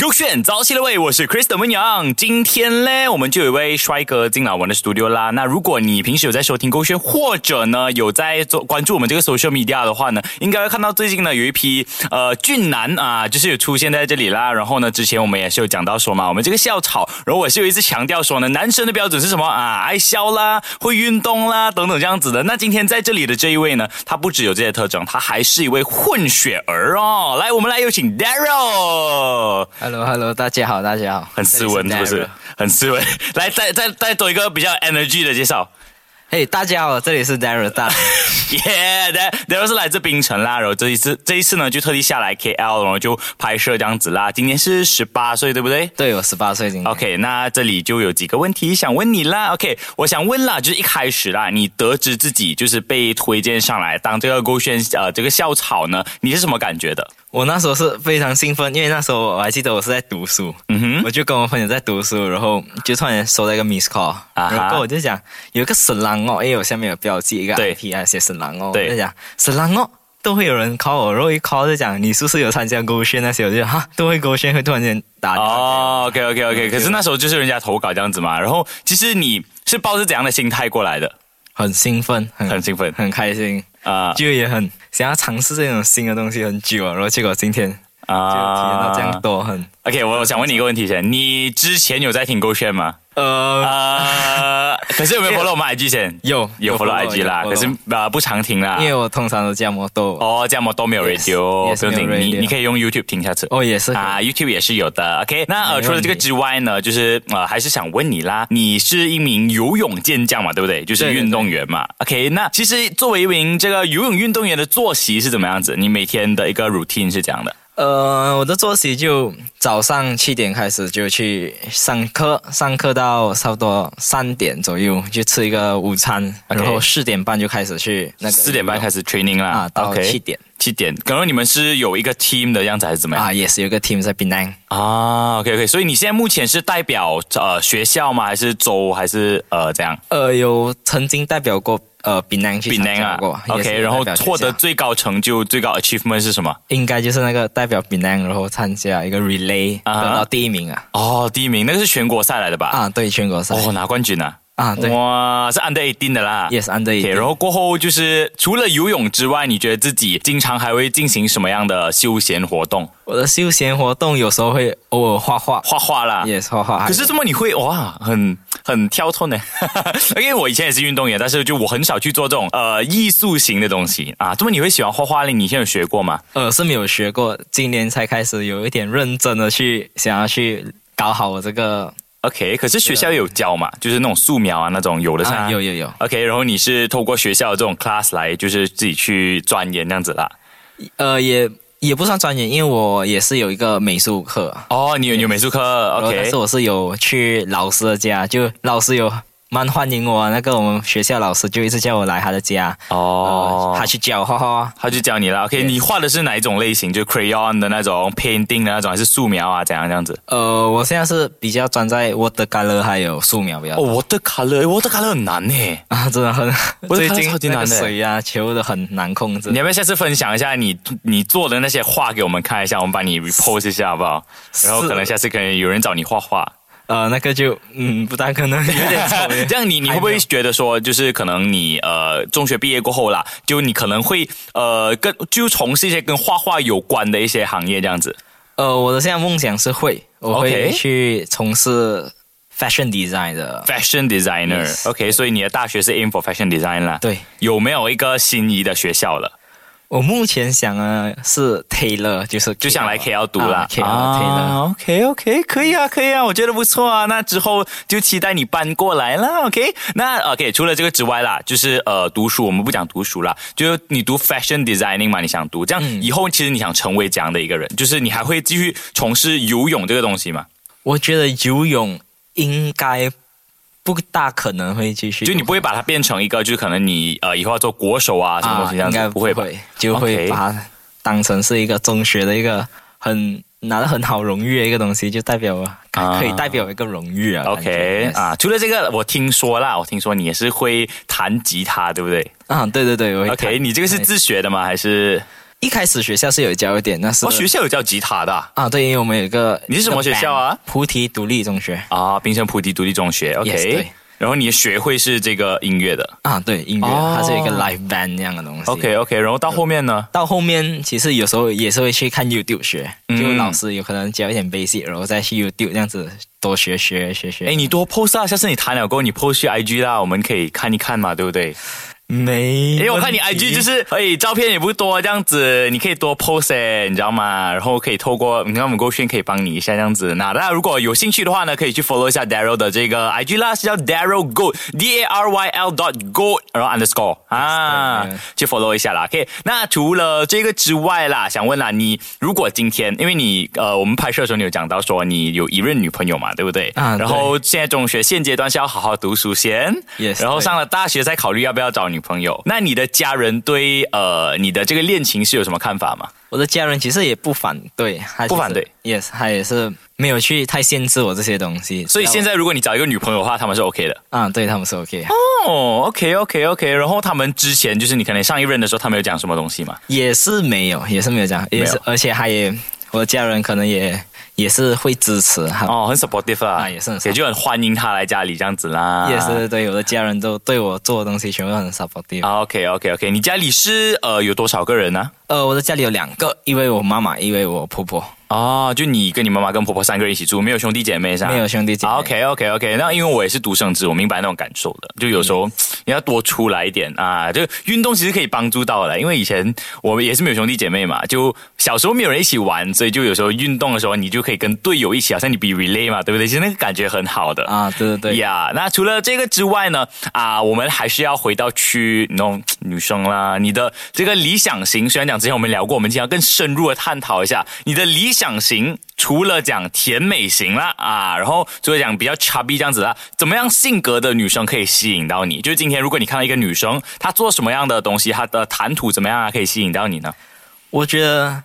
勾选早起的喂，我是 Kristen 温阳。今天嘞，我们就有一位帅哥进来我们的 studio 啦。那如果你平时有在收听勾选，或者呢有在做关注我们这个 social media 的话呢，应该会看到最近呢有一批呃俊男啊，就是有出现在这里啦。然后呢，之前我们也是有讲到说嘛，我们这个校草，然后我是有一直强调说呢，男生的标准是什么啊？爱笑啦，会运动啦，等等这样子的。那今天在这里的这一位呢，他不只有这些特征，他还是一位混血儿哦。来，我们来有请 Daryl。 Hello Hello，大家好，大家好，很斯文，是不这里是 Daryl？很斯文。 来，再再再做一个比较 energy 的介绍。 嘿大家好，这里是 Daryl 大。 耶，然然后是来自槟城啦，然后这一次这一次呢就特地下来 KL，然后就拍摄这样子啦。今年是十八岁，对不对？对，我十八岁今年。 OK，那这里就有几个问题想问你啦。OK，我想问啦，就是一开始啦，你得知自己就是被推荐上来当这个勾选呃这个校草呢，你是什么感觉的？我那时候是非常兴奋，因为那时候我还记得我是在读书，嗯哼，我就跟我朋友在读书，然后就突然收到一个 miss call，、啊哈然后我就讲有一个沈浪哦，因为我下面有标记一个对 IP 啊，写沈浪哦，对我就讲沈浪哦。都会有人 call 我，然后一 call 就讲你是不是有参加勾选那些，我就哈都会勾选，会突然间打你。哦，OK OK OK，可是那时候就是人家投稿这样子嘛，然后其实你是抱着怎样的心态过来的？很兴奋，很很兴奋很开心，啊就也很想要尝试这种新的东西很久了，啊然后结果今天就体验到这样多，很啊 OK，我想问你一个问题先，你之前有在听勾选吗？呃呃，可是有 没有 follow 我们 IG 先？有有 follow IG 啦，有可是 follow 呃不常听啦因。为我通常都这样摸豆哦哦，这样我都没有 Yes， radio， yes，不用紧，没有你 radio 你可以用 YouTube 听下次。哦也是啊，YouTube 也是有的，OK 那。呃，没问题除了这个之外呢，就是呃，还是想问你啦，你是一名游泳健将嘛，对不对？就是对对运动员嘛，OK。那其实作为一名这个游泳运动员的作息是怎么样子？你每天的一个 routine 是这样的？呃，我的作息就早上七点开始就去上课，上课到差不多三点左右就吃一个午餐 OK 然后四点半就开始去那个四点半开始 training 啦，啊，到 OK 七点七点，然后你们是有一个 team 的样子还是怎么样？啊，也是有一个 team 在 Penang。啊，OK OK，所以你现在目前是代表呃学校吗？还是州？还是呃这样？呃，有曾经代表过呃 Penang 去比参南加啊过也是，OK，有然后代表获得学校最高成就、最高 achievement 是什么？应该就是那个代表 Penang，然后参加一个 relay 啊哈得到第一名啊哦，第一名，那个是全国赛来的吧？啊，对全国赛哦，拿冠军啊！啊，对哇，是 under eighteen 的啦。 ，yes under OK，然 eighteen 后过后就是除了游泳之外，你觉得自己经常还会进行什么样的休闲活动？我的休闲活动有时候会偶尔画画画画啦。 ，yes 画画。可是还有这么你会哇，很很跳脱呢， 因为我以前也是运动员，但是就我很少去做这种呃艺术型的东西啊。这么你会喜欢画画呢？你以前有学过吗？呃是没有学过，今年才开始有一点认真的去想要去搞好我这个 OK，可是学校有教嘛，就是那种素描啊那种，有的哦是、啊有有有， OK，然后你是透过学校的这种 class 来，就是自己去钻研这样子啦。呃也也不算专业，因为我也是有一个美术课哦，你有你有美术课然后但，OK 是。我是有去老师的家，就老师有蛮欢迎我，那个我们学校老师就一直叫我来他的家，哦呃，他去教我画画。他就教你了，OK？ Yes 你画的是哪一种类型？就 crayon 的那种，painting 的那种，还是素描啊？怎样这样子？呃，我现在是比较专在 watercolor 还有素描比较哦，我的 color，我的 color 很难呢。 啊，真的很 watercolor 最近超级那难个的水啊，球的很难控制你。要不要下次分享一下你你做的那些画给我们看一下，我们帮你 repost 一下好不好？然后可能下次可能有人找你画画，呃，那个就嗯不大可能，有 点丑这样你你会不会觉得说，就是可能你呃中学毕业过后啦，就你可能会呃跟就从事一些跟画画有关的一些行业这样子呃，我的现在梦想是会，我 OK 会去从事 fashion design 的。 ，fashion designer。 Yes OK，所以你的大学是 aim for fashion design 啦。，对有没有一个心仪的学校了？我目前想啊是 Taylor，就是就想来 KL 读啦啊、，KL Taylor。 OK OK，可以啊，可以啊，我觉得不错啊。那之后就期待你搬过来啦。OK，那 OK，除了这个之外啦，就是呃，读书我们不讲读书啦，就是你读 fashion designing 嘛，你想读这样，嗯以后其实你想成为这样的一个人，就是你还会继续从事游泳这个东西吗？我觉得游泳应该不大可能会继续，就你不会把它变成一个，就是可能你呃以后要做国手啊什么东啊，西这样应子，该不不会会吧？就 OK 会把它当成是一个中学的一个很拿了很好荣誉的一个东西，就代表我啊可以代表一个荣誉啊。感 OK 觉啊，，除了这个，我听说啦，我听说你也是会弹吉他，对不对 yes 啊，对对对，我会弹 OK，你这个是自学的吗？还是一开始学校是有教一点，但是哦，学校有教吉他的啊，啊，对，因为我们有一个你是什么学校啊？一个 band，菩提独立中学啊槟城菩提独立中学 Yes， ，OK 对。然后你的学会是这个音乐的啊，对，音乐、哦它是有一个 live band 那样的东西。 ，OK OK。然后到后面呢，到后面其实有时候也是会去看 YouTube 学，嗯就老师有可能教一点 basic，然后再去 YouTube 这样子多学学学学。哎，你多 post 啊，下次你弹了过后你 post 去 IG 啦，我们可以看一看嘛，对不对？没问题，因为我看你 IG 就是，哎，照片也不多，这样子你可以多 post，哎你知道吗？然后可以透过你看我们勾炫可以帮你一下这样子。那大家如果有兴趣的话呢，可以去 follow 一下 Daryl 的这个 IG 啦，是叫 Daryl Gold D A R Y L dot Gold，然后 underscore 啊对对，去 follow 一下啦。OK，那除了这个之外啦，想问啦，你如果今天因为你呃，我们拍摄的时候你有讲到说你有一任女朋友嘛，对不对？啊对然后现在中学现阶段是要好好读书先 Yes，然后上。对上了大学再考虑要不要找女朋友。那你的家人对呃你的这个恋情是有什么看法吗？我的家人其实也不反对，他其实不反对，yes，他也是没有去太限制我这些东西，所以现在在如果你找一个女朋友的话，他们是 OK 的。啊，对他们是 OK，、哦，OK OK OK。然后他们之前就是你可能上一任的时候，他们有讲什么东西吗？也是没有，也是没有这样，也没是有，而且他也，我的家人可能也也是会支持他，哦，很 supportive 啊，啊也是很 supportive 也就很欢迎他来家里这样子啦。也是对我的家人都对我做的东西全部都很 supportive。啊。OK OK OK。你家里是呃有多少个人呢、呃，我的家里有两个，一位我妈妈，一位我婆婆，哦，就你跟你妈妈跟婆婆三个人一起住，没有兄弟姐妹是吧？没有兄弟姐妹。啊 OK OK OK，那因为我也是独生子，我明白那种感受的。就有时候你要多出来一点啊，就运动其实可以帮助到的。因为以前我们也是没有兄弟姐妹嘛，就小时候没有人一起玩，所以就有时候运动的时候，你就可以跟队友一起，好像你比 relay 嘛，对不对？其实那个感觉很好的。啊，对对对呀那除了这个之外呢，啊，我们还是要回到去弄女生啦。你的这个理想型，虽然讲之前我们聊过，我们今天要更深入的探讨一下你的理想型。除了讲甜美型啦啊，然后除了讲比较 chubby 这样子啦，怎么样性格的女生可以吸引到你？就是今天如果你看到一个女生，她做什么样的东西，她的谈吐怎么样啊，可以吸引到你呢？我觉得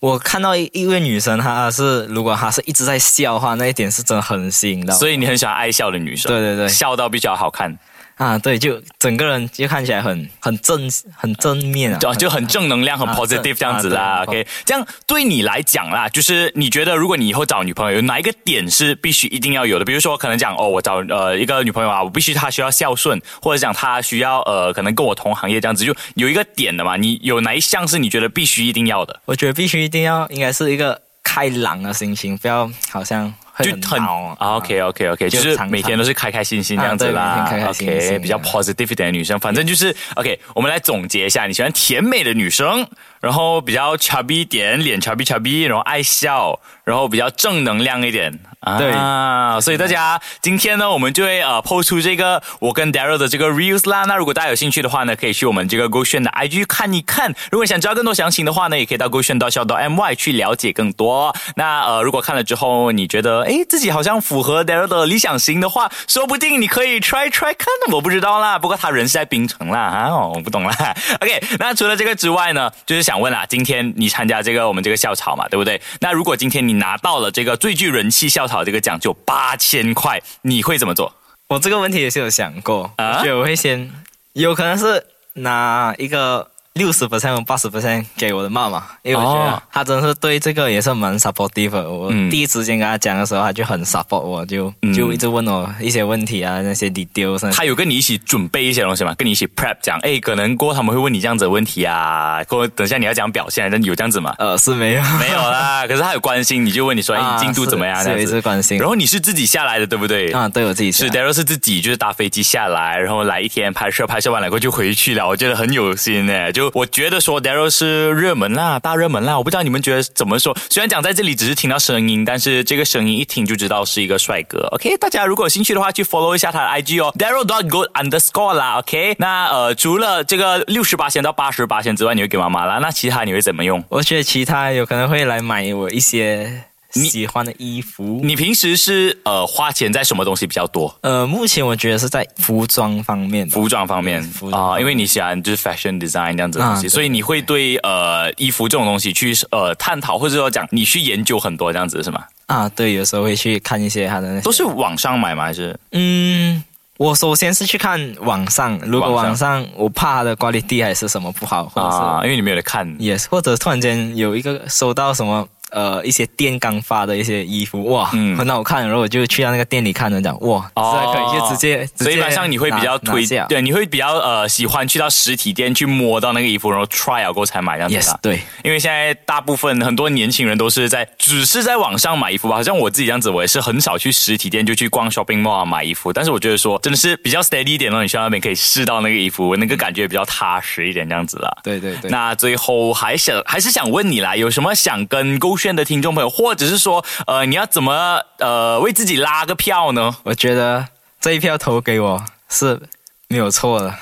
我看到一一位女生，她是如果她是一直在笑的话，那一点是真的很吸引到。所以你很喜欢爱笑的女生，对对对笑到比较好看，啊，对，就整个人就看起来很很正很正面啊，就就很正能量、很啊 positive 正这样子啦。啊对 OK，这样对你来讲啦，就是你觉得如果你以后找女朋友，有哪一个点是必须一定要有的？比如说，可能讲哦，我找呃一个女朋友啊，我必须她需要孝顺，或者讲她需要呃可能跟我同行业这样子，就有一个点的嘛。你有哪一项是你觉得必须一定要的？我觉得必须一定要应该是一个开朗的心情，不要好像会就很闹啊，OK OK OK，就就是常常每天都是开开心心这样子啊啦对每天开开心心 OK，嗯比较 positive 一点的女生，反正就是 OK。我们来总结一下，你喜欢甜美的女生，然后比较 chubby 一点，脸 chubby chubby，然后爱笑，然后比较正能量一点啊。对啊，所以大家今天呢，我们就会呃抛出这个我跟 Daryl 的这个 reels 啦。那如果大家有兴趣的话呢，可以去我们这个 g o s h e n 的 IG 看一看。如果你想知道更多详情的话呢，也可以到 g o s h e n 到校到 MY 去了解更多。那呃，如果看了之后你觉得诶自己好像符合 Daryl 的理想型的话，说不定你可以 try try 看，我不知道啦。不过他人是在槟城啦，啊，哦我不懂啦。OK，那除了这个之外呢，就是想问啦，今天你参加这个我们这个校草嘛，对不对？那如果今天你拿到了这个最具人气校草这个奖，就八千块，你会怎么做？我这个问题也是有想过，啊我觉得我会先，有可能是拿一个六十 percent、八十 percent 给我的妈妈，因为我觉哦得她真的是对这个也是蛮 supportive 的。我嗯第一时间跟她讲的时候，她就很 support 我，就、嗯就一直问我一些问题啊，那些 details 那些。？他有跟你一起准备一些东西吗？跟你一起 prep 讲，哎，可能过后他们会问你这样子的问题啊，过后等一下你要讲表现，有这样子吗 呃，是没有，没有啦，可是他有关心，你就问你说，哎，啊你进度怎么样？是这是有样一子直关心然。后你是自己下来的，对不对？啊，对我自己是的， Daryl 是自己就是搭飞机下来，然后来一天拍摄，拍摄完了过后就回去了。我觉得很有心诶，就我觉得说 Daryl 是热门啦，大热门啦。我不知道你们觉得怎么说？虽然讲在这里只是听到声音，但是这个声音一听就知道是一个帅哥。OK，大家如果有兴趣的话，去 follow 一下他的 IG 哦，Daryl dot good underscore 啦。OK，那呃除了这个六十八千到八十八千之外，你会给妈妈啦，那其他你会怎么用？我觉得其他有可能会来买我一些喜欢的衣服。你平时是呃花钱在什么东西比较多？呃，目前我觉得是在服装方面吧。服装方面服装啊、方面因为你喜欢就是 fashion design 这样子的东啊西，对所以你会对呃衣服这种东西去呃探讨，或者说讲你去研究很多这样子是吗？啊，对，有时候会去看一些他的那些都是网上买吗？还是嗯，我首先是去看网上，如果网网上我怕它的 quality 还是什么不好，或者是、啊，因为你没有得看。 yes，或者突然间有一个收到什么呃一些店刚发的一些衣服，哇，嗯很好看，然后我就去到那个店里看，人讲哇，哦这可以就直接，直所以接一般上你会比较拿推拿下对，你会比较呃喜欢去到实体店去摸到那个衣服，然后 try 了过后才买这样子，yes，啦。对，因为现在大部分很多年轻人都是在只是在网上买衣服吧，好像我自己这样子，我也是很少去实体店就去逛 shopping mall 啊买衣服。但是我觉得说真的是比较 steady 一点咯，你去到那边可以试到那个衣服，那个感觉比较踏实一点这样子啦。对对对。那最后还想还是想问你啦，有什么想跟勾选的听众朋友，或者是说呃你要怎么呃为自己拉个票呢？ 我觉得这一票投给我是没有错的。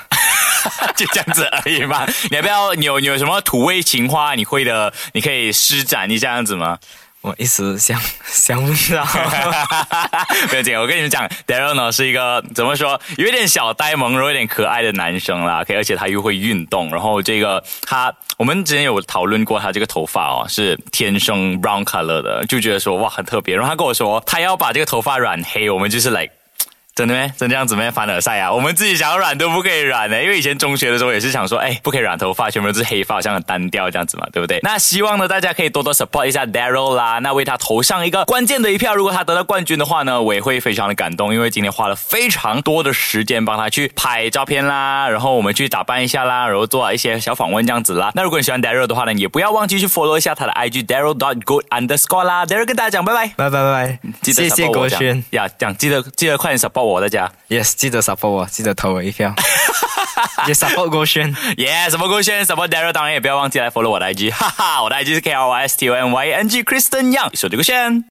就这样子而已嘛。你要不要？你有你有什么土味情话？你会的，你可以施展一下这样子吗？我一时想想不 到，没有姐，我跟你们讲，Daryl 呢是一个怎么说，有一点小呆萌，然后有点可爱的男生啦。OK，而且他又会运动，然后这个他，我们之前有讨论过，他这个头发哦是天生 brown color 的，就觉得说哇很特别。然后他跟我说，他要把这个头发染黑，我们就是 like。真的咩？真这样子咩？凡尔赛啊！我们自己想要染都不可以染的、因为以前中学的时候也是想说，哎，不可以染头发，全部都是黑发，好像很单调这样子嘛，对不 对？那希望呢，大家可以多多 support 一下 Daryl 啦，那为他投上一个关键的一票。如果他得到冠军的话呢，我也会非常的感动，因为今天花了非常多的时间帮他去拍照片啦，然后我们去打扮一下啦，然后做一些小访问这样子啦。那如果你喜欢 Daryl 的话呢，也不要忘记去 follow 一下他的 IG Daryl dot good underscore 啦。Daryl 跟大家讲拜拜，拜拜拜拜，记得谢谢 support 国我这样轩呀，讲记得记得快点 support 我大家。 ，yes，记得 support 我，记得投我一 票，也 support 国轩，耶什么勾选什么 Daryl，当然也不要忘记来 follow 我的 IG，哈哈，我的 IG 是 K R Y S T O N Y N G Kristen Young，手机勾选。